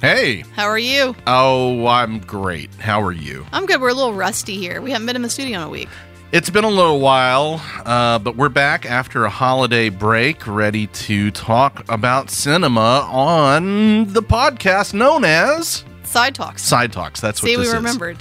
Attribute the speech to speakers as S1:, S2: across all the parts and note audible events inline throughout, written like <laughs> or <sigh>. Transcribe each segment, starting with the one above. S1: Hey.
S2: How are you?
S1: Oh, I'm great. How are you?
S2: I'm good. We're a little rusty here. We haven't been in the studio in a week.
S1: It's been a little while, uh, but we're back after a holiday break, ready to talk about cinema on the podcast known as
S2: Side talks.
S1: Side Talks. That's what
S2: See,
S1: this
S2: we
S1: is.
S2: remembered.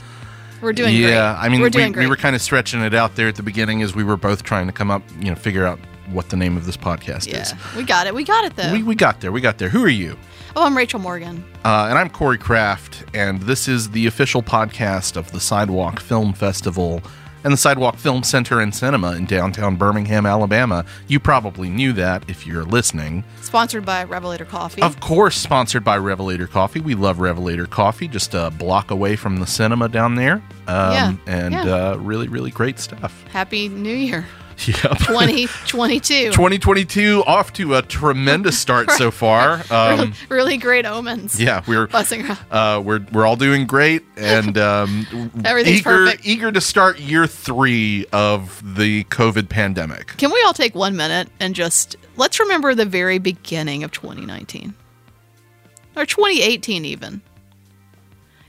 S2: We're doing
S1: yeah,
S2: great.
S1: I mean,
S2: we're
S1: we,
S2: doing great.
S1: we were kind of stretching it out there at the beginning as we were both trying to come up, you know, figure out what the name of this podcast
S2: yeah,
S1: is.
S2: we got it. We got it though.
S1: We, we got there. We got there. Who are you?
S2: oh, I'm Rachel Morgan.
S1: Uh, and I'm Corey Kraft, and this is the official podcast of the Sidewalk Film Festival and the Sidewalk Film Center and Cinema in downtown Birmingham, Alabama. You probably knew that if you're listening.
S2: Sponsored by Revelator Coffee.
S1: Of course, sponsored by Revelator Coffee. We love Revelator Coffee, just a block away from the cinema down there. Um,
S2: Yeah,
S1: And
S2: yeah.
S1: Uh, really, really great stuff. <laughs>
S2: Happy New Year, <laughs>
S1: Yep.
S2: 2022.
S1: 2022 off to a tremendous
S2: <laughs>
S1: start so far. Um,
S2: really great omens.
S1: yeah, we're
S2: Blessing her.
S1: Uh, we're we're all doing great and um,
S2: <laughs> Everything's
S1: eager
S2: perfect.
S1: eager to start year three of the COVID pandemic.
S2: Can we all take one minute and just let's remember the very beginning of 2019 or 2018 even.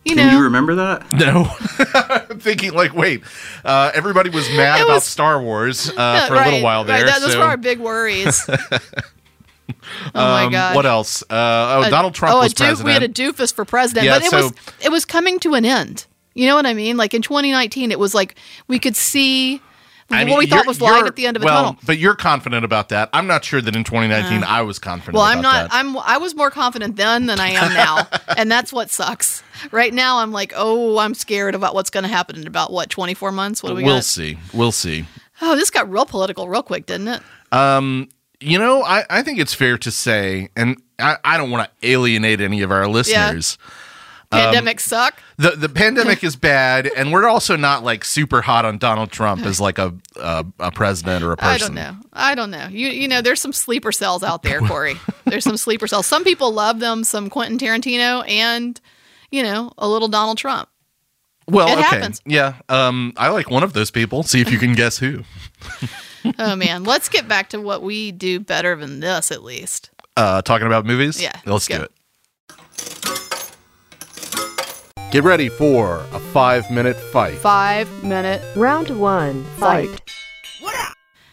S2: You
S3: Can
S2: know,
S3: you remember that?
S1: No, <laughs> I'm thinking like, wait, uh, everybody was mad
S2: It
S1: about
S2: was-
S1: Star Wars uh,
S2: <laughs> Yeah,
S1: for a little
S2: right,
S1: while there.
S2: Right, that, those
S1: so,
S2: were our big
S1: <laughs>
S2: worries. oh my
S1: um,
S2: god!
S1: What else? Uh, oh,
S2: A-
S1: Donald Trump
S2: oh, a
S1: was
S2: doof-
S1: president.
S2: We had a doofus for president,
S1: Yeah,
S2: but it
S1: so-
S2: was it was coming to an end. You know what I mean? Like in 2019, it was like we could see
S1: I mean,
S2: what we thought
S1: you're-
S2: was light
S1: you're-
S2: at the end of a
S1: well,
S2: tunnel. Uh,
S1: But you're confident about that. I'm not sure that in 2019 I was confident.
S2: Well,
S1: about
S2: I'm not.
S1: that.
S2: I'm. I was more confident then than I am
S1: <laughs>
S2: now, and that's what sucks. Right now, I'm like, oh, I'm scared about what's going to happen in about what 24 months. What do we
S1: we'll
S2: got?
S1: see. We'll see.
S2: Oh, this got real political real quick, didn't it?
S1: You know, I, I think it's fair to say, and I, I don't want to alienate any of our listeners. Um,
S2: Pandemic suck.
S1: The the pandemic is bad, and we're also not like super hot on Donald Trump as like a a, a president or a person.
S2: I don't know. I don't know. You you know, there's some sleeper cells out
S1: <laughs>
S2: there, Corey. there's some sleeper cells. Some people love them. Some Quentin Tarantino and you know a little Donald Trump.
S1: Well,
S2: It
S1: okay,
S2: happens.
S1: yeah. Um, I like one of those people. See if you can guess who. <laughs>
S2: Oh man, let's get back to what we do better than this, at least.
S1: Uh, talking about movies.
S2: Yeah,
S1: let's
S2: go.
S1: do it. Get ready for a five minute fight.
S2: Five minute.
S4: Round one, fight.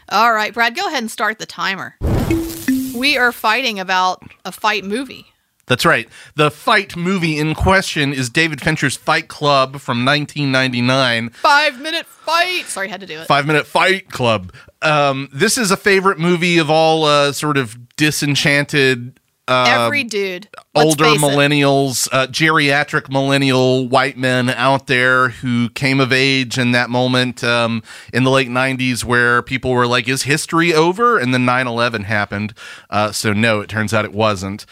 S2: All right, Brad, go ahead and start the timer. We are fighting about a fight movie.
S1: That's right. The fight movie in question is David Fincher's Fight Club from 1999.
S2: Five minute fight. Sorry, had to do it.
S1: Five Minute Fight Club. Um, this is a favorite movie of all uh, sort of disenchanted
S2: Every dude. let's
S1: uh, older
S2: face it.
S1: millennials, uh, geriatric millennial white men out there who came of age in that moment um, in the late 90s where people were like, is history over? And then 9 11 happened. Uh, so, no, it turns out it wasn't.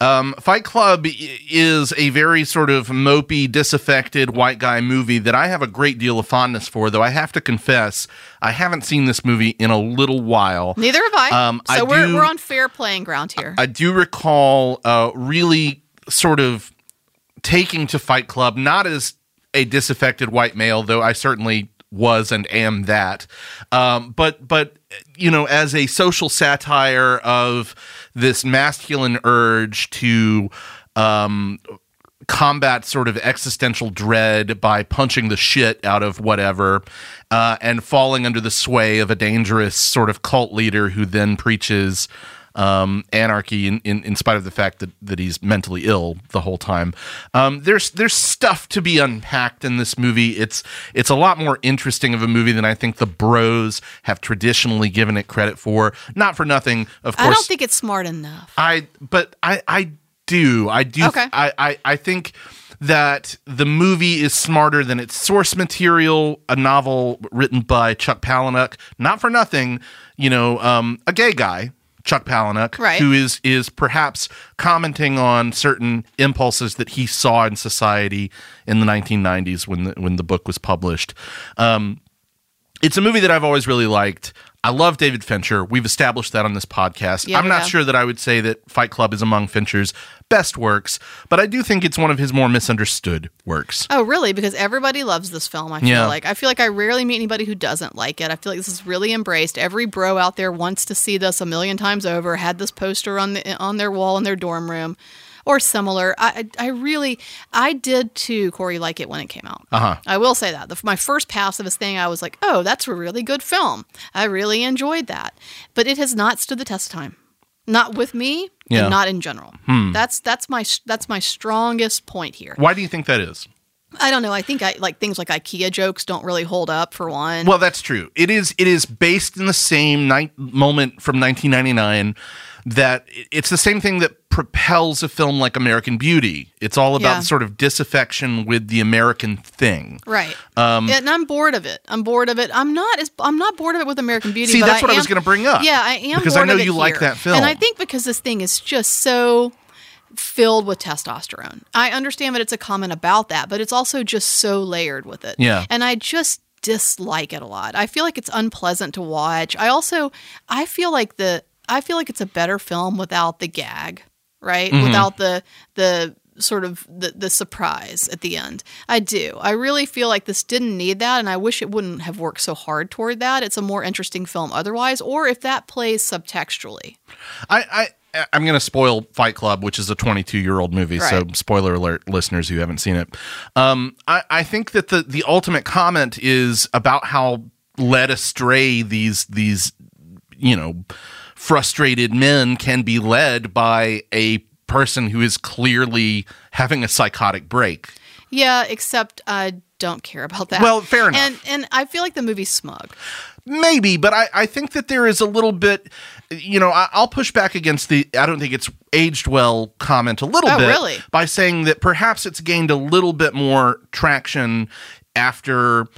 S1: Um, Fight Club i- is a very sort of mopey, disaffected white guy movie that I have a great deal of fondness for, though I have to confess, I haven't seen this movie in a little while.
S2: Neither have I.
S1: Um,
S2: so
S1: I
S2: we're,
S1: do-
S2: we're on fair playing ground here.
S1: I do recall uh, really sort of taking to Fight Club, not as a disaffected white male, though I certainly was and am that, um, but but you know, as a social satire of this masculine urge to. Um, combat sort of existential dread by punching the shit out of whatever uh, and falling under the sway of a dangerous sort of cult leader who then preaches um, anarchy in, in, in spite of the fact that, that he's mentally ill the whole time. Um, there's there's stuff to be unpacked in this movie. It's it's a lot more interesting of a movie than I think the bros have traditionally given it credit for. Not for nothing, of
S2: I
S1: course.
S2: don't think it's smart enough.
S1: I but I I do I do
S2: Okay.
S1: I, I I think that the movie is smarter than its source material, a novel written by Chuck Palahniuk, not for nothing, you know, um, a gay guy, Chuck Palahniuk,
S2: Right.
S1: who is is perhaps commenting on certain impulses that he saw in society in the 1990s when the, when the book was published. Um, it's a movie that I've always really liked. I love David Fincher. We've established that on this podcast.
S2: Yeah,
S1: I'm
S2: we
S1: not
S2: have.
S1: sure that I would say that Fight Club is among Fincher's best works, but I do think it's one of his more misunderstood works.
S2: Oh, really? Because everybody loves this film. I feel
S1: Yeah.
S2: like I feel like I rarely meet anybody who doesn't like it. I feel like this is really embraced. Every bro out there wants to see this a million times over. Had this poster on the on their wall in their dorm room. or similar. I I I really I did too, Corey, like it when it came out.
S1: Uh-huh.
S2: I will say that the, my first pass of this thing, I was like, oh, that's a really good film. I really enjoyed that, but it has not stood the test of time. Not with me,
S1: Yeah. Hmm.
S2: and not in general. That's that's my that's my strongest point here.
S1: Why do you think that is?
S2: I don't know. I think I like things like IKEA jokes don't really hold up for one.
S1: Well, that's true. It is it is based in the same night moment from 1999 that it's the same thing that propels a film like American Beauty. It's all about
S2: Yeah.
S1: sort of disaffection with the American thing.
S2: Right.
S1: um,
S2: and I'm bored of it. I'm bored of it. I'm not as I'm not bored of it with American Beauty.
S1: See,
S2: but
S1: that's what I
S2: am-
S1: was gonna bring up.
S2: Yeah, I am
S1: Because I
S2: bored
S1: know
S2: of it
S1: you like
S2: here.
S1: that film.
S2: and I think because this thing is just so filled with testosterone. I understand that it's a comment about that, but it's also just so layered with it.
S1: Yeah.
S2: and I just dislike it a lot. I feel like it's unpleasant to watch. I also I feel like the I feel like it's a better film without the gag, right? Without the the sort of the, the surprise at the end. I do. I really feel like this didn't need that and I wish it wouldn't have worked so hard toward that. It's a more interesting film otherwise or if that plays subtextually.
S1: I, I I'm going to spoil Fight Club, which is a 22 year old movie. So
S2: Right.
S1: spoiler alert, listeners who haven't seen it. Um, I, I think that the the ultimate comment is about how led astray these these you know frustrated men can be led by a person who is clearly having a psychotic break.
S2: Yeah, except I don't care about that.
S1: Well, fair enough.
S2: And and I feel like the movie's smug.
S1: Maybe, but I, I think that there is a little bit, you know, I, I'll push back against the I don't think it's aged well comment a little
S2: Oh,
S1: bit
S2: really?
S1: by saying that perhaps it's gained a little bit more traction after,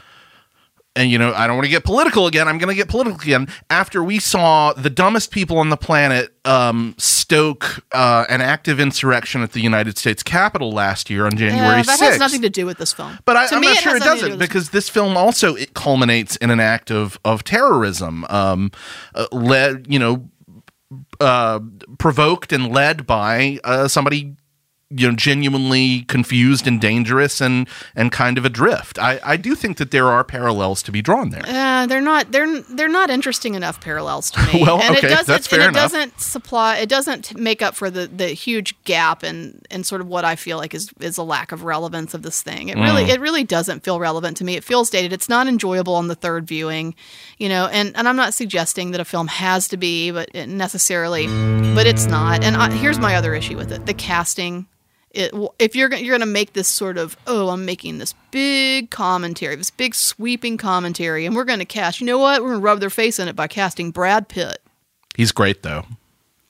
S1: and you know, I don't want to get political again. I'm going to get political again after we saw the dumbest people on the planet um, stoke uh, an active insurrection at the United States Capitol last year on January
S2: Yeah,
S1: 6th.
S2: Uh, that has nothing to do with this film.
S1: But I,
S2: To
S1: I'm
S2: me,
S1: not sure
S2: has nothing to
S1: it
S2: do
S1: doesn't
S2: with this
S1: because this film also it culminates in an act of of terrorism, um, uh, led you know, uh, provoked and led by uh, somebody you know genuinely confused and dangerous and and kind of adrift. I I do think that there are parallels to be drawn there.
S2: Uh, they're not they're they're not interesting enough parallels
S1: <laughs>
S2: to me.
S1: Well,
S2: and
S1: okay,
S2: it doesn't
S1: that's fair
S2: and it
S1: enough.
S2: doesn't supply it doesn't make up for the the huge gap and and sort of what I feel like is is a lack of relevance of this thing. It really it really doesn't feel relevant to me. It feels dated. It's not enjoyable on the third viewing, you know. And and I'm not suggesting that a film has to be, but it necessarily, but it's not. And I, here's my other issue with it: the casting it, if you're go- you're gonna make this sort of oh I'm making this big commentary this big sweeping commentary and we're gonna cast you know what we're gonna rub their face in it by casting Brad Pitt
S1: He's great though.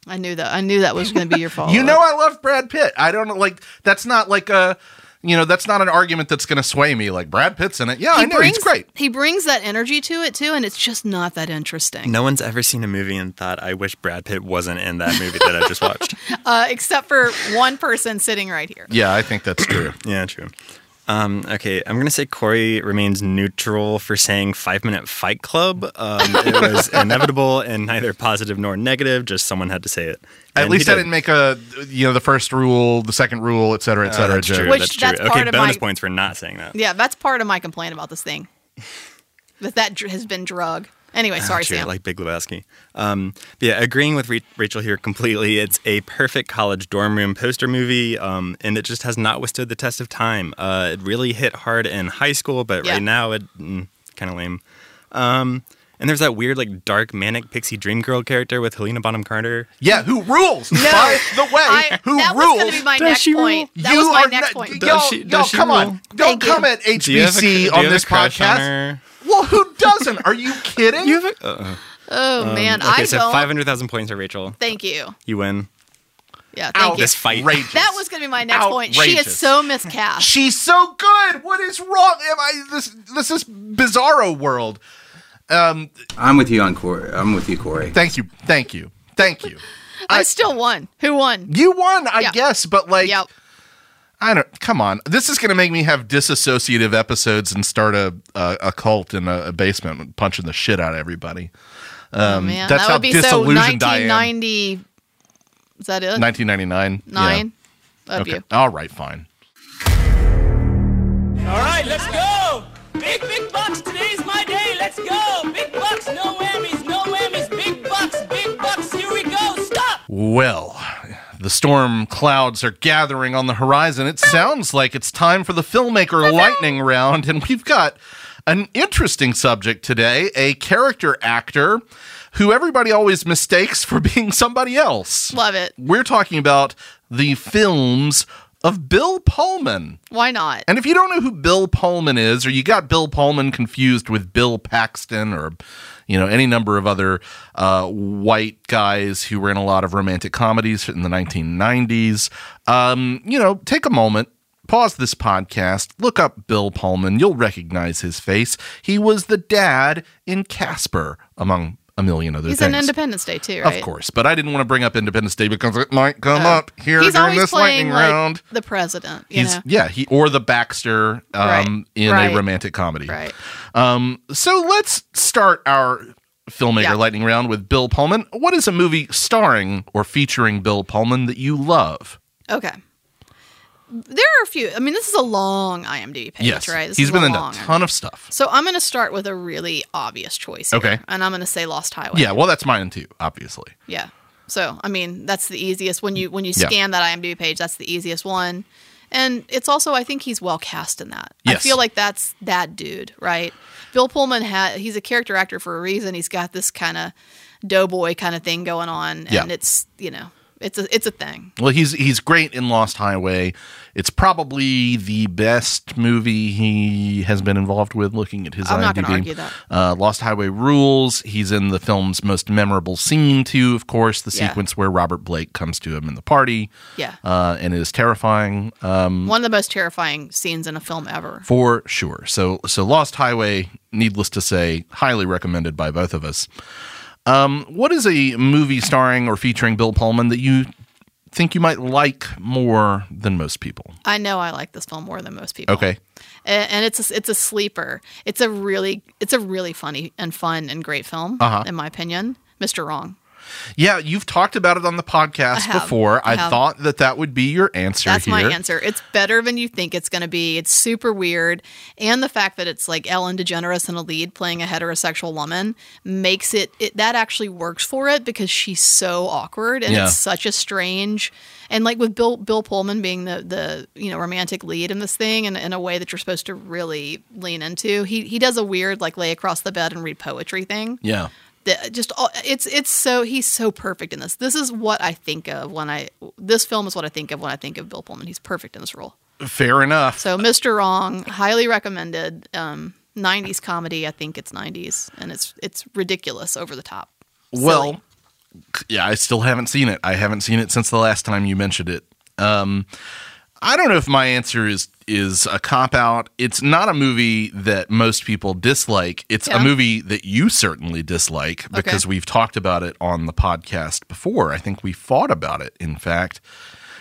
S2: I knew that I knew that was gonna be your fault
S1: <laughs> You know I love Brad Pitt. I don't like that's not like a you know that's not an argument that's going to sway me. Like Brad Pitt's in it. Yeah, I know
S2: brings
S1: he's great.
S2: he brings that energy to it too and it's just not that interesting
S3: No one's ever seen a movie and thought, I wish Brad Pitt wasn't in that movie that I
S2: <laughs>
S3: just watched.
S2: uh, except for one person sitting right here
S1: Yeah, I think that's true.
S3: yeah, true. Um, okay, I'm going to say Corey remains neutral for saying Five Minute Fight Club. Um,
S2: <laughs>
S3: it was inevitable and neither positive nor negative, just someone had to say it.
S1: At
S3: And
S1: least
S3: he
S1: I
S3: did. Uh,
S1: didn't make a you know the first rule, the second rule, et cetera, et
S3: Oh,
S1: cetera.
S3: that's
S1: joke.
S3: true.
S2: Which-
S3: that's true.
S2: that's part
S3: okay,
S2: of
S3: bonus
S2: my-
S3: points for not saying that.
S2: yeah that's part of my complaint about this thing that that dr- has been drug anyway <laughs> sorry
S3: True,
S2: Sam
S3: like Big Lebowski. Um, but yeah, agreeing with Re- Rachel here completely. It's a perfect college dorm room poster movie, um, and it just has not withstood the test of time. Uh, it really hit hard in high school, but
S2: Yeah.
S3: right now it mm, kind of lame. Um, and there's that weird, like, dark manic pixie dream girl character with Helena Bonham Carter.
S1: Yeah, who rules? By the way,
S2: I,
S1: who
S2: that was
S1: rules?
S2: gonna be my
S3: Does
S2: next
S3: she
S2: point
S3: rule?
S2: that
S1: you
S2: was my
S1: are
S2: next
S1: not-
S2: point
S1: Y'all,
S3: Does she-
S1: y'all
S3: does she
S1: come on.
S3: rule?
S1: Don't
S2: Thank you.
S1: come at
S3: Do you have a- do
S1: HBC
S3: you
S1: on
S3: have a
S1: this
S3: crush on
S1: podcast.
S3: her?
S1: well, who doesn't? Are you kidding?
S3: You have a, uh,
S2: oh
S1: um,
S2: man
S3: okay,
S2: I
S3: so
S2: don't
S3: 500,000 points for Rachel.
S2: thank you
S3: You win.
S2: yeah thank you
S3: This fight.
S1: Outrageous.
S2: That was going to be my next point. She
S1: Outrageous.
S2: is so miscast.
S1: She's so good. What is wrong? Am I this? This is bizarro world.
S5: I'm with you on Corey. I'm with you, Corey.
S1: Thank you, thank you, thank you.
S2: I, still won. Who won?
S1: You won, I
S2: Yeah.
S1: guess, but like,
S2: Yep.
S1: I don't. Come on, this is going to make me have disassociative episodes and start a a, a cult in a, a basement, punching the shit out of everybody.
S2: oh, man.
S1: that's
S2: that
S1: how
S2: would be so
S1: disillusioned I am.
S2: 1990. Is that it?
S1: Nineteen ninety nine.
S2: Nine? Of
S1: Okay.
S2: you.
S1: All right. Fine.
S6: All right, let's go! Big, big bucks, today's my day, let's go! Big bucks, no whammies, no whammies, big bucks, big bucks, here we go, stop!
S1: Well, The storm clouds are gathering on the horizon. It sounds like it's time for the filmmaker lightning round, and we've got an interesting subject today a character actor who everybody always mistakes for being somebody else.
S2: Love it.
S1: We're talking about the films of Bill Pullman.
S2: Why not?
S1: And if you don't know who Bill Pullman is, or you got Bill Pullman confused with Bill Paxton, or you know any number of other uh, white guys who were in a lot of romantic comedies in the 1990s, um, you know, take a moment. Pause this podcast, look up Bill Pullman. You'll recognize his face. He was the dad in Casper, among a million other
S2: He's
S1: things.
S2: in Independence Day too, right? Oh.
S1: Of course, but I didn't want to bring up Independence Day because it might come up here
S2: He's
S1: during
S2: always
S1: this
S2: playing
S1: lightning
S2: like
S1: round.
S2: the president. You
S1: He's
S2: know?
S1: yeah, he or the Baxter um,
S2: Right.
S1: in a
S2: Right.
S1: romantic comedy.
S2: Right.
S1: Um, so let's start our filmmaker
S2: Yeah.
S1: lightning round with Bill Pullman. What is a movie starring or featuring Bill Pullman that you love?
S2: Okay. There are a few. I mean, this is a long IMDb page,
S1: yes,
S2: right? This
S1: he's
S2: is
S1: been
S2: a
S1: in a
S2: long-
S1: ton of stuff.
S2: So I'm going to start with a really obvious choice. here,
S1: Okay.
S2: And I'm going to say Lost Highway.
S1: Yeah, well, that's mine too, obviously.
S2: Yeah. So I mean, that's the easiest when you when you
S1: Yeah.
S2: scan that IMDb page. That's the easiest one, and it's also I think he's well cast in that. I
S1: Yes.
S2: feel like that's that dude, right? Bill Pullman had he's a character actor for a reason. He's got this kind of doughboy kind of thing going on, and
S1: Yeah.
S2: it's you know it's a it's a thing.
S1: Well, he's he's great in Lost Highway. It's probably the best movie he has been involved with. Looking at his,
S2: I'm
S1: IMDb.
S2: not gonna argue that.
S1: Uh, Lost Highway rules. He's in the film's most memorable scene too. Of course, the
S2: Yeah.
S1: sequence where Robert Blake comes to him in the party.
S2: Yeah.
S1: uh, and it is terrifying um,
S2: One of the most terrifying scenes in a film ever.
S1: for sure. So so Lost Highway, needless to say, highly recommended by both of us. Um, what is a movie starring or featuring Bill Pullman that you think you might like more than most people?
S2: I know I like this film more than most people.
S1: Okay.
S2: A- and it's a, it's a sleeper. It's a really it's a really funny and fun and great film
S1: Uh-huh.
S2: in my opinion. Mr. Wrong.
S1: Yeah, you've talked about it on the podcast
S2: have.
S1: before. I,
S2: I have.
S1: thought that that would be your answer
S2: That's
S1: here.
S2: my answer. It's better than you think it's going to be. It's super weird, and the fact that it's like Ellen DeGeneres in a lead playing a heterosexual woman makes it, it that actually works for it because she's so awkward and
S1: Yeah.
S2: it's such a strange and like with Bill Bill Pullman being the the you know romantic lead in this thing and in a way that you're supposed to really lean into. He he does a weird like lay across the bed and read poetry thing
S1: Yeah.
S2: the, just all, it's it's so he's so perfect in this. This is what I think of when I this film is what I think of when I think of Bill Pullman. He's perfect in this role.
S1: Fair enough.
S2: So Mr. Wrong, highly recommended. Um, 90s comedy. I think it's 90s, and it's it's ridiculous, over the top. Silly.
S1: Well, yeah, I still haven't seen it. I haven't seen it since the last time you mentioned it. Um, I don't know if my answer is is a cop out. It's not a movie that most people dislike. It's
S2: Yeah.
S1: a movie that you certainly dislike because we've talked about it on the podcast before. I think we fought about it, in fact.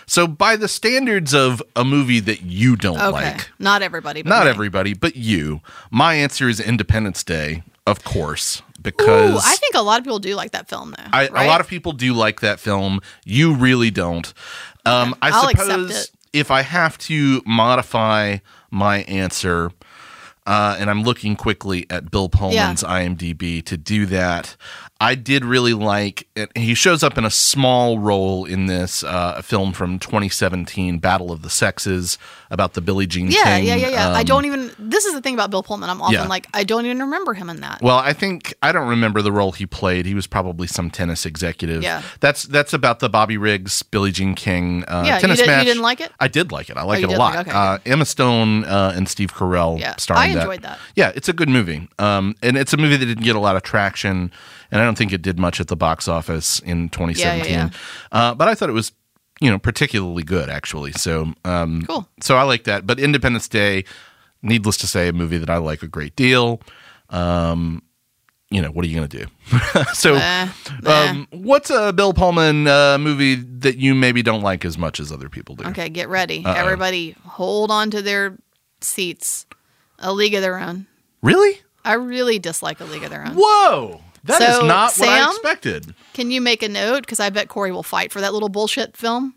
S1: So, by the standards of a movie that you don't
S2: okay,
S1: like,
S2: not everybody, but
S1: not
S2: me.
S1: everybody, but you, my answer is Independence Day, of course, because
S2: Ooh, I think a lot of people do like that film though.
S1: I,
S2: right?
S1: A lot of people do like that film. You really don't. Um, I
S2: I'll accept
S1: suppose
S2: it.
S1: if I have to modify my answer, uh, and I'm looking quickly at Bill Pullman's IMDb to do that. I did really like it. He shows up in a small role in this uh, a film from 2017, Battle of the Sexes, about the Billie Jean
S2: yeah,
S1: King.
S2: yeah, yeah, yeah. I
S1: um,
S2: don't even. This is the thing about Bill Pullman. I'm often
S1: Yeah.
S2: like, I don't even remember him in that.
S1: Well, I think I don't remember the role he played. He was probably some tennis executive.
S2: Yeah.
S1: that's that's about the Bobby Riggs, Billie Jean King uh,
S2: Yeah, you
S1: tennis
S2: did- you
S1: match.
S2: didn't like it?
S1: I did like it. I like
S2: you
S1: it a
S2: did
S1: lot.
S2: like it, okay,
S1: uh, Emma Stone uh, and Steve Carell
S2: Yeah,
S1: starring
S2: I
S1: that.
S2: enjoyed that.
S1: Yeah, it's a good movie. Um, and it's a movie that didn't get a lot of traction, and I don't think it did much at the box office in 2017.
S2: yeah.
S1: Uh, but I thought it was, you know, particularly good actually. So um,
S2: cool.
S1: so I like that. But Independence Day, needless to say, a movie that I like a great deal. Um, you know, what are you going to do? <laughs> so,
S2: Eh, eh.
S1: um, what's a Bill Pullman uh, movie that you maybe don't like as much as other people do?
S2: Okay, get ready. Everybody hold on to their seats. A League of Their Own.
S1: Really?
S2: I really dislike A League of Their Own.
S1: Whoa. that is
S2: So,
S1: not what I
S2: Sam?
S1: expected.
S2: Can you make a note? Because I bet Corey will fight for that little bullshit film.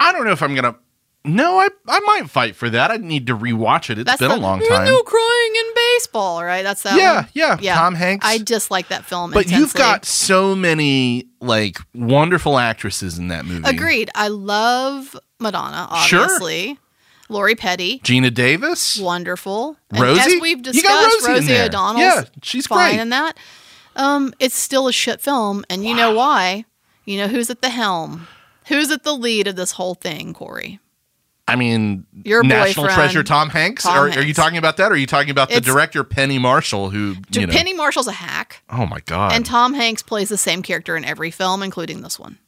S1: I don't know if I'm going to. No, I, I might fight for that. I need to rewatch it. It's been
S2: the,
S1: a long
S2: There's
S1: time.
S2: No Oh, crying in baseball, right? That's that.
S1: Yeah,
S2: one?
S1: yeah, Tom Hanks.
S2: I dislike that film.
S1: But you've
S2: intensely.
S1: got so many like wonderful actresses in that movie.
S2: agreed. I love Madonna,
S1: Sure.
S2: obviously. Lori Petty,
S1: Gina Davis.
S2: wonderful.
S1: Rosie?
S2: and as we've
S1: You got
S2: discussed,
S1: Rosie in
S2: Rosie,
S1: there.
S2: O'Donnell's
S1: Yeah, she's
S2: fine
S1: great.
S2: in that. Um, it's still a shit film, and you know why? You know who's at the helm? Who's at the lead of this whole thing, Corey?
S1: I mean,
S2: Your
S1: national
S2: boyfriend,
S1: treasure Tom Hanks.
S2: Tom
S1: are, are you
S2: Hanks.
S1: talking about that? Or are you talking about the
S2: It's-
S1: director Penny Marshall? Who you know?
S2: Penny Marshall's a hack,
S1: oh my god!
S2: and Tom Hanks plays the same character in every film, including this one.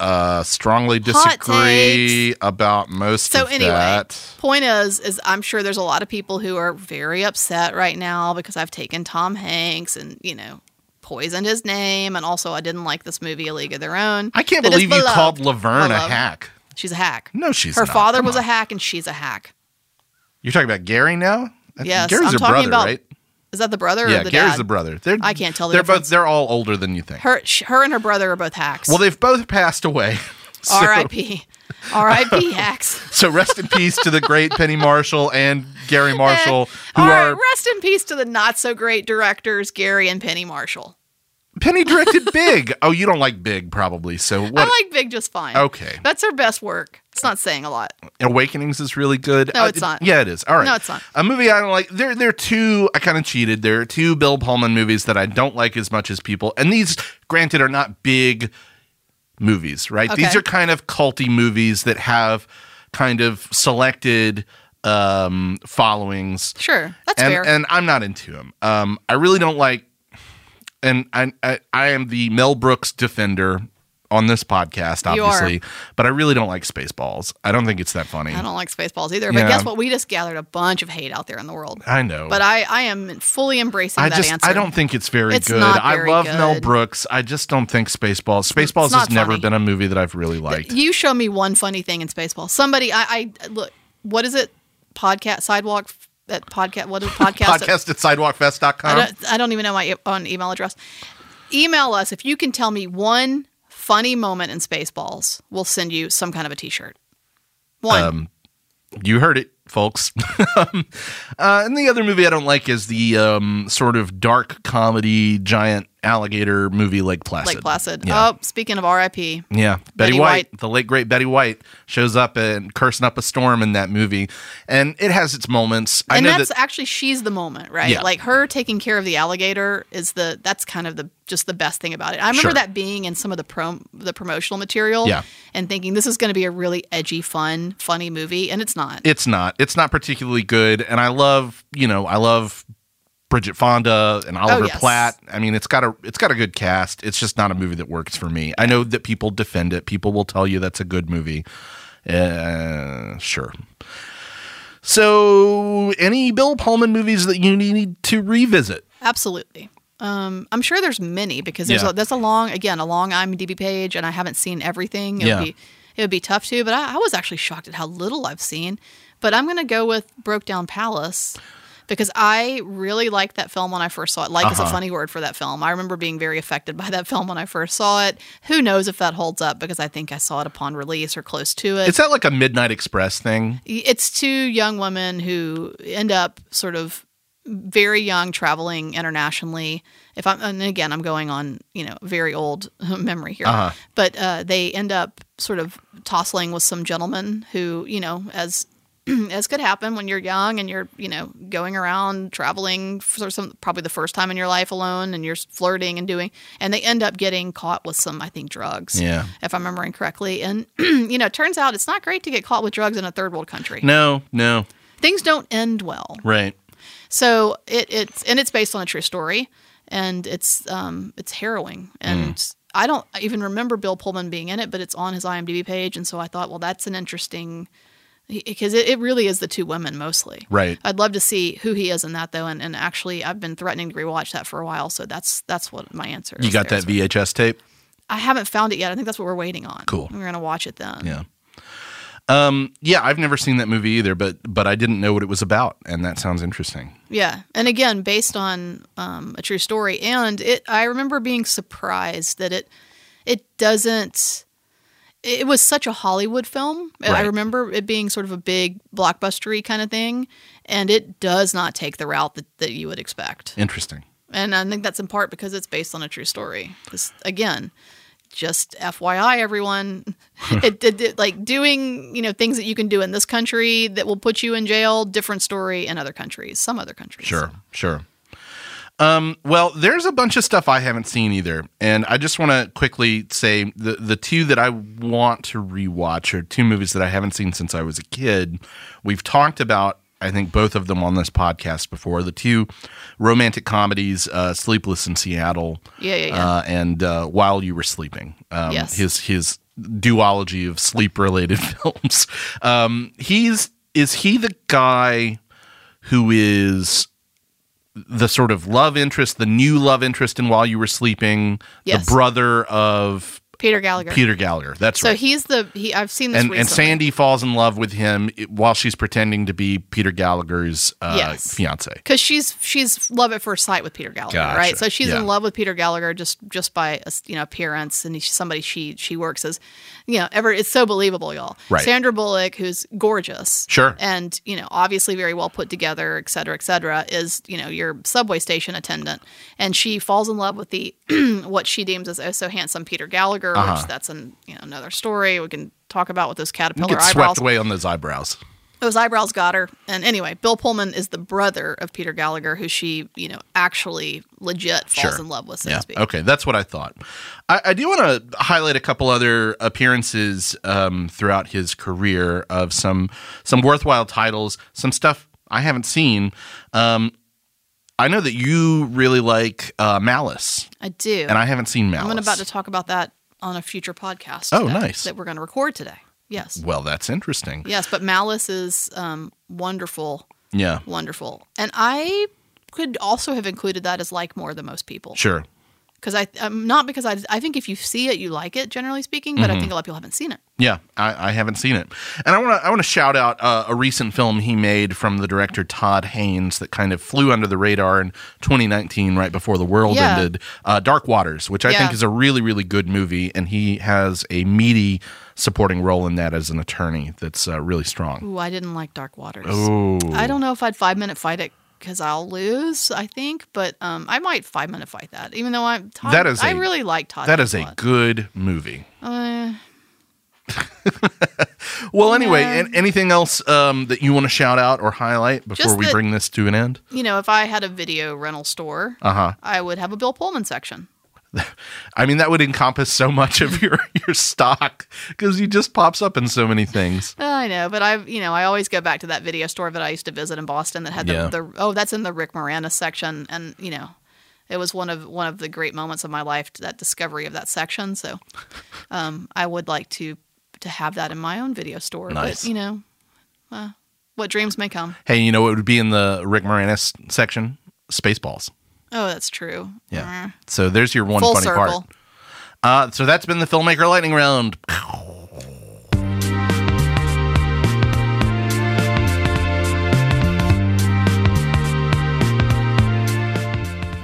S1: uh, strongly
S2: Hot
S1: disagree about most
S2: So
S1: of
S2: anyway,
S1: that.
S2: point is, is I'm sure there's a lot of people who are very upset right now because I've taken Tom Hanks and you know poisoned his name, and also I didn't like this movie, A League of Their Own.
S1: I can't
S2: that is
S1: believe you
S2: beloved.
S1: called Laverne a
S2: Beloved.
S1: hack.
S2: She's a hack.
S1: No, she's
S2: Her
S1: not.
S2: father
S1: Come
S2: was a
S1: on.
S2: hack, and she's a hack.
S1: You're talking about Gary now. I-
S2: Yes,
S1: Gary's
S2: I'm
S1: her
S2: talking
S1: brother,
S2: about
S1: right?
S2: Is that the brother?
S1: Yeah,
S2: or the
S1: Gary's
S2: dad?
S1: the brother. They're,
S2: I can't tell the
S1: They're
S2: difference.
S1: both. They're all older than you think.
S2: Her, sh- her, and her brother are both hacks. <laughs>
S1: well, they've both passed away. <laughs> So-
S2: R.I.P. R.I.P. hacks.
S1: So rest in peace to the great Penny Marshall and
S2: <laughs>
S1: Gary Marshall, who
S2: All right,
S1: are
S2: rest in peace to the not so great directors Gary and Penny Marshall.
S1: Penny directed Big. <laughs> Oh, you don't like Big, probably. So what?
S2: I like Big just fine.
S1: Okay.
S2: That's her best work. It's not saying a lot.
S1: Awakenings is really good.
S2: No,
S1: Uh,
S2: it's
S1: it-
S2: not.
S1: Yeah, it is. All right.
S2: No, it's not.
S1: A movie I don't like. There, there are two. I kind of cheated. There are two Bill Pullman movies that I don't like as much as people, and these, granted, are not big movies, right? These
S2: Okay.
S1: are kind of culty movies that have kind of selected um followings
S2: Sure. That's
S1: and,
S2: fair.
S1: And I'm not into him. Um, I really don't like. And I, I, I am the Mel Brooks defender on this podcast,
S2: You are.
S1: obviously, but I really don't like Spaceballs. I don't think it's that funny.
S2: I don't like Spaceballs either.
S1: Yeah.
S2: But guess what? We just gathered a bunch of hate out there in the world.
S1: I know,
S2: But I, I am fully embracing
S1: I
S2: that
S1: just
S2: answer.
S1: I don't think it's very
S2: It's
S1: good.
S2: not
S1: I
S2: very
S1: love Mel
S2: good.
S1: Brooks. I just don't think Spaceballs. Spaceballs has
S2: not
S1: never
S2: funny.
S1: been a movie that I've really liked.
S2: You show me one funny thing in Spaceballs. Somebody, I, I look. What is it? Podcast sidewalk. That podcast. What is podcast?
S1: podcast at sidewalkfest.com.
S2: I don't, I don't even know my e- own email address. Email us if you can tell me one funny moment in Spaceballs. We'll send you some kind of a T-shirt. One.
S1: Um, You heard it, folks. <laughs> um, uh, and the other movie I don't like is the um, sort of dark comedy giant alligator movie Lake Placid.
S2: Lake Placid.
S1: Yeah.
S2: Oh, speaking of R.I.P.
S1: Yeah, Betty,
S2: Betty
S1: White,
S2: White.
S1: the late great Betty White, shows up and cursing up a storm in that movie, and it has its moments. I
S2: and
S1: know
S2: that's
S1: that
S2: actually she's the moment, right?
S1: Yeah.
S2: Like her taking care of the alligator is the that's kind of the just the best thing about it. I remember
S1: Sure.
S2: that being in some of the prom the promotional material,
S1: Yeah.
S2: and thinking this is going to be a really edgy, fun, funny movie, and it's not.
S1: it's not. It's not particularly good, and I love you know I love Bridget Fonda and Oliver
S2: yes.
S1: Platt. I mean, it's got a it's got a good cast. It's just not a movie that works for me. I know that people defend it. People will tell you that's a good movie. Uh, sure. So, any Bill Pullman movies that you need to revisit?
S2: Absolutely. Um, I'm sure there's many because there's
S1: Yeah.
S2: a, that's a long again a long IMDb page, and I haven't seen everything. It
S1: Yeah.
S2: would be it would be tough to, but I, I was actually shocked at how little I've seen. But I'm going to go with Broke Down Palace because I really liked that film when I first saw it. Like is
S1: Uh-huh.
S2: a funny word for that film. I remember being very affected by that film when I first saw it. Who knows if that holds up because I think I saw it upon release or close to it
S1: Is that like a Midnight Express thing?
S2: it's two young women who end up sort of very young traveling internationally if i'm and again i'm going on you know very old <laughs> memory here but uh, they end up sort of tossling with some gentlemen who you know as <clears throat> as could happen when you're young and you're you know going around traveling for some probably the first time in your life alone and you're flirting and doing and they end up getting caught with some i think drugs
S1: Yeah.
S2: if i'm remembering correctly and <clears throat> you know it turns out it's not great to get caught with drugs in a third world country
S1: No, no,
S2: things don't end well
S1: right.
S2: so it, it's and it's based on a true story and it's um it's harrowing and
S1: Mm.
S2: i don't even remember bill pullman being in it but it's on his imdb page and so i thought well that's an interesting because it, it really is the two women mostly
S1: Right.
S2: i'd love to see who he is in that though and, and actually i've been threatening to rewatch that for a while so that's that's what my answer is
S1: You got
S2: there.
S1: that VHS tape?
S2: i haven't found it yet i think that's what we're waiting on
S1: Cool.
S2: we're gonna watch it then
S1: Yeah. Um, yeah, I've never seen that movie either, but but I didn't know what it was about, and that sounds interesting.
S2: Yeah, and again, based on um, a true story, and it, I remember being surprised that it, it doesn't. it was such a Hollywood film. I- I
S3: Right.
S2: remember it being sort of a big blockbustery kind of thing, and it does not take the route that, that you would expect.
S1: Interesting.
S2: And I think that's in part because it's based on a true story. This, again, just FYI, everyone, it, it, it- like doing you know things that you can do in this country that will put you in jail. Different story in other countries, some other countries.
S1: Sure, sure. Um, well, there's a bunch of stuff I haven't seen either, and I just want to quickly say the the two that I want to rewatch are two movies that I haven't seen since I was a kid. We've talked about, I think, both of them on this podcast before. The two romantic comedies, uh, "Sleepless in Seattle,"
S2: Yeah, yeah, yeah.
S1: Uh, and uh, "While You Were Sleeping." Um,
S2: Yes.
S1: his his duology of sleep related <laughs> films. Um, he's is he the guy who is the sort of love interest, the new love interest in While You Were Sleeping,
S2: Yes.
S1: the brother of
S2: Peter Gallagher.
S1: Peter Gallagher. That's
S2: So
S1: right.
S2: he's the he. I've seen this
S1: and, and
S2: recently.
S1: Sandy falls in love with him i- while she's pretending to be Peter Gallagher's uh,
S2: Yes.
S1: fiance.
S2: because she's she's love at first sight with Peter Gallagher,
S1: Gotcha.
S2: right? So she's
S1: Yeah.
S2: in love with Peter Gallagher just just by uh, you know appearance, and he's somebody she she works as, you know, ever it's so believable, y'all.
S1: Right.
S2: Sandra Bullock, who's gorgeous,
S1: Sure.
S2: and you know obviously very well put together, et cetera, et cetera, is you know your subway station attendant, and she falls in love with the <clears throat> what she deems as oh so handsome Peter Gallagher,
S1: Uh-huh.
S2: which that's an you know another story we can talk about with those caterpillar
S1: Gets
S2: eyebrows
S1: swept away on those eyebrows.
S2: those eyebrows got her. And anyway, Bill Pullman is the brother of Peter Gallagher, who she, you know, actually legit falls
S1: Sure.
S2: in love with, so
S1: yeah.
S2: to speak.
S1: Okay, that's what I thought. I, I do want to highlight a couple other appearances um, throughout his career of some some worthwhile titles, some stuff I haven't seen. Um, I know that you really like uh, Malice,
S2: I do.
S1: and I haven't seen Malice.
S2: I'm about to talk about that on a future podcast.
S1: Oh,
S2: that-
S1: nice.
S2: That we're going to record today. Yes.
S1: well, that's interesting.
S2: Yes. But Malice is um, wonderful,
S1: Yeah,
S2: wonderful. And I could also have included that as like more than most people.
S1: sure.
S2: Because I, I'm not because I, I think if you see it, you like it, generally speaking,
S1: Mm-hmm.
S2: but I think a lot of people haven't seen it.
S1: Yeah, I, I haven't seen it, and I want to I want to shout out uh, a recent film he made from the director Todd Haynes that kind of flew under the radar in 2019, right before the world
S2: Yeah.
S1: ended. Uh, Dark Waters, which I
S2: Yeah.
S1: think is a really really good movie, and he has a meaty supporting role in that as an attorney that's uh, really strong.
S2: Ooh, I didn't like Dark Waters.
S1: Hmm.
S2: I don't know if I'd five minute fight it because I'll lose. I think, but um, I might five minute fight that. Even though I'm Todd,
S1: That is
S2: I
S1: a-
S2: really like Todd.
S1: That is a
S2: lot.
S1: good movie.
S2: Uh,
S1: <laughs> Well, anyway, an- anything else um, that you want to shout out or highlight before
S2: Just
S1: we
S2: that-
S1: bring this to an end?
S2: you know, if I had a video rental store,
S1: Uh-huh.
S2: I would have a Bill Pullman section.
S1: I mean, that would encompass so much of <laughs> your your stock because he just pops up in so many things.
S2: I know, but I've you know I always go back to that video store that I used to visit in Boston that had
S1: Yeah.
S2: the, the oh that's in the Rick Moranis section, and you know it was one of one of the great moments of my life that discovery of that section. So um, I would like to to have that in my own video store,
S1: Nice.
S2: but you know, uh, what dreams may come.
S1: Hey, you know what would be in the Rick Moranis section? Spaceballs.
S2: Oh, that's true.
S1: Yeah.
S2: Mm.
S1: So there's your one
S2: Full
S1: funny
S2: circle.
S1: part. Uh, so that's been the filmmaker lightning
S2: <clears throat>
S1: round.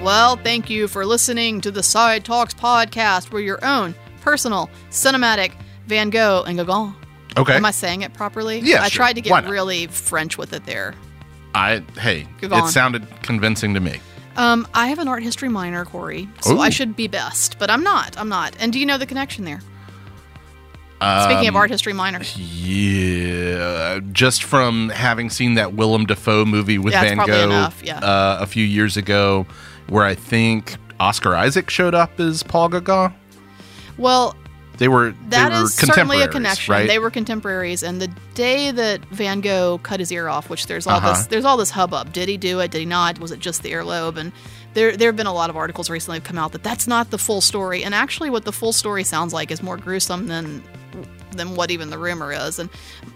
S2: Well, thank you for listening to the Side Talks podcast, where your own personal cinematic Van Gogh and Gauguin.
S1: Okay.
S2: Am I saying it properly?
S1: Eh? Yeah,
S2: I
S1: sure.
S2: tried to
S1: Why
S2: get
S1: not?
S2: really French with it there.
S1: I hey,
S2: Go on.
S1: it sounded convincing to me.
S2: Um, I have an art history minor, Corey, so
S1: Ooh.
S2: I should be best, but I'm not. I'm not. And do you know the connection there? Speaking
S1: Um,
S2: of art history minor,
S1: Yeah, just from having seen that Willem Dafoe movie with
S2: That's
S1: Van
S2: probably
S1: Gogh
S2: enough, yeah.
S1: uh, a few years ago, where I think Oscar Isaac showed up as Paul Gauguin.
S2: well,
S1: They were
S2: that
S1: they were
S2: is certainly a
S1: contemporaries,
S2: connection.
S1: Right?
S2: They were contemporaries, and the day that Van Gogh cut his ear off, which there's all
S1: Uh-huh.
S2: this there's all this hubbub. Did he do it? Did he not? Was it just the earlobe? And there there have been a lot of articles recently have come out that that's not the full story. And actually, what the full story sounds like is more gruesome than than what even the rumor is. And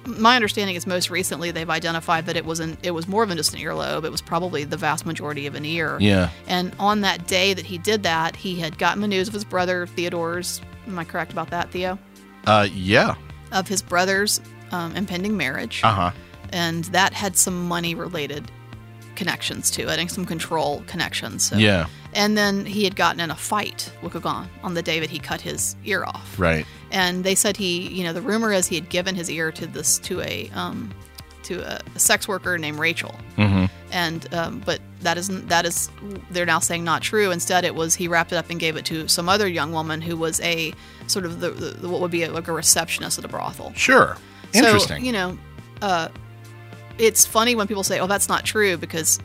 S2: my understanding is most recently they've identified that it was an, it was more than just an earlobe. It was probably the vast majority of an ear.
S1: Yeah.
S2: And on that day that he did that, he had gotten the news of his brother Theodore's. Am I correct about that, Theo?
S1: Uh, yeah.
S2: of his
S1: Ah.
S2: brother's um, impending marriage,
S1: Uh huh.
S2: and that had some money related connections to it and some control connections. So.
S1: Yeah.
S2: And then he had gotten in a fight with Kogan on the day that he cut his ear off.
S1: Right.
S2: And they said he, you know, the rumor is he had given his ear to this to a um, to a, a sex worker named Rachel. Mm-hmm. And um, but that isn't that is they're now saying not true. Instead, it was he wrapped it up and gave it to some other young woman who was a sort of the, the what would be like a receptionist at a brothel.
S1: Sure. Interesting.
S2: So, you know, uh, it's funny when people say, "Oh, that's not true," because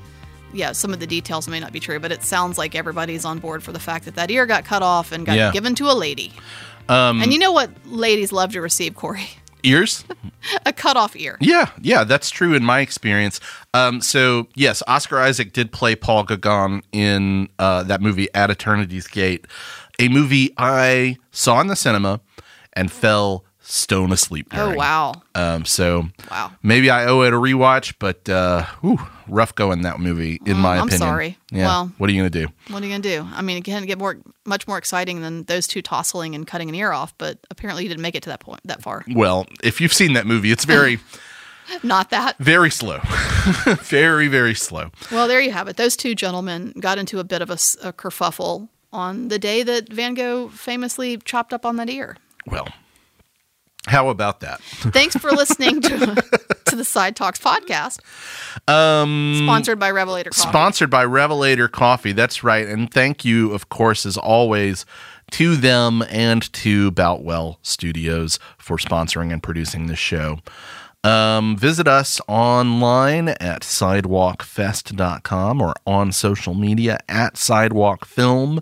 S2: yeah, some of the details may not be true, but it sounds like everybody's on board for the fact that that ear got cut off and got
S1: Yeah. Um,
S2: given to a lady. and you know what ladies love to receive, Corey? <laughs>
S1: Ears?
S2: a cut off ear.
S1: Yeah, yeah, that's true in my experience. Um, so yes, Oscar Isaac did play Paul Gauguin in uh, that movie At Eternity's Gate, a movie I saw in the cinema and fell stone asleep
S2: Oh
S1: during.
S2: wow,
S1: Um, so
S2: wow.
S1: maybe I owe it a rewatch, but uh, whew, rough going that movie in my
S2: I'm
S1: opinion.
S2: sorry.
S1: Yeah.
S2: Well-
S1: what are you gonna do?
S2: What are you gonna do? I mean, it can get more much more exciting than those two tossing and cutting an ear off. But apparently, you didn't make it to that point that far. <laughs>
S1: Well, if you've seen that movie, it's very,
S2: Not that.
S1: very slow, <laughs> very, very slow.
S2: Well, there you have it. Those two gentlemen got into a bit of a, s- a kerfuffle on the day that Van Gogh famously chopped up on that ear.
S1: Well, how about that?
S2: Thanks for listening to, <laughs> to the Side Talks podcast. Um, sponsored by Revelator Coffee.
S1: Sponsored by Revelator Coffee. That's right. And thank you, of course, as always, to them and to Boutwell Studios for sponsoring and producing this show. Um, visit us online at sidewalkfest.com or on social media at Sidewalk Film.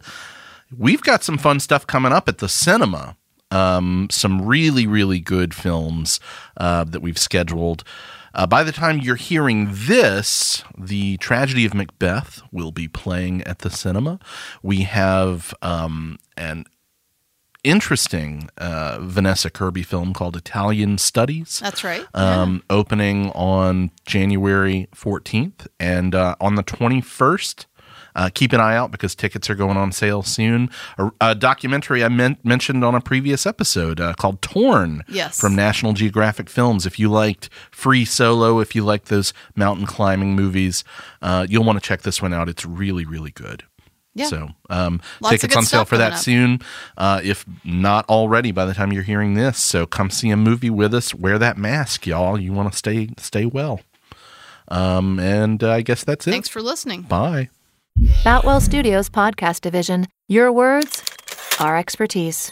S1: We've got some fun stuff coming up at the cinema. Um, some really, really good films uh, that we've scheduled. Uh, by the time you're hearing this, The Tragedy of Macbeth will be playing at the cinema. We have um, an interesting uh, Vanessa Kirby film called Italian Studies
S2: That's right.
S1: um, opening on January 14th. And uh, on the 21st, uh, keep an eye out because tickets are going on sale soon. A, a documentary I men- mentioned on a previous episode uh, called Torn
S2: Yes.
S1: from National Geographic Films. If you liked Free Solo, if you like those mountain climbing movies, uh, you'll want to check this one out. It's really, really good.
S2: Yeah.
S1: So um,
S2: Lots of
S1: tickets
S2: good
S1: on sale
S2: stuff
S1: for that
S2: coming up.
S1: soon, uh, if not already by the time you're hearing this. So come see a movie with us. Wear that mask, y'all. You want to stay stay well. Um, and uh, I guess that's it.
S2: Thanks for listening.
S1: Bye.
S4: Batwell Studios Podcast Division. Your words, our expertise.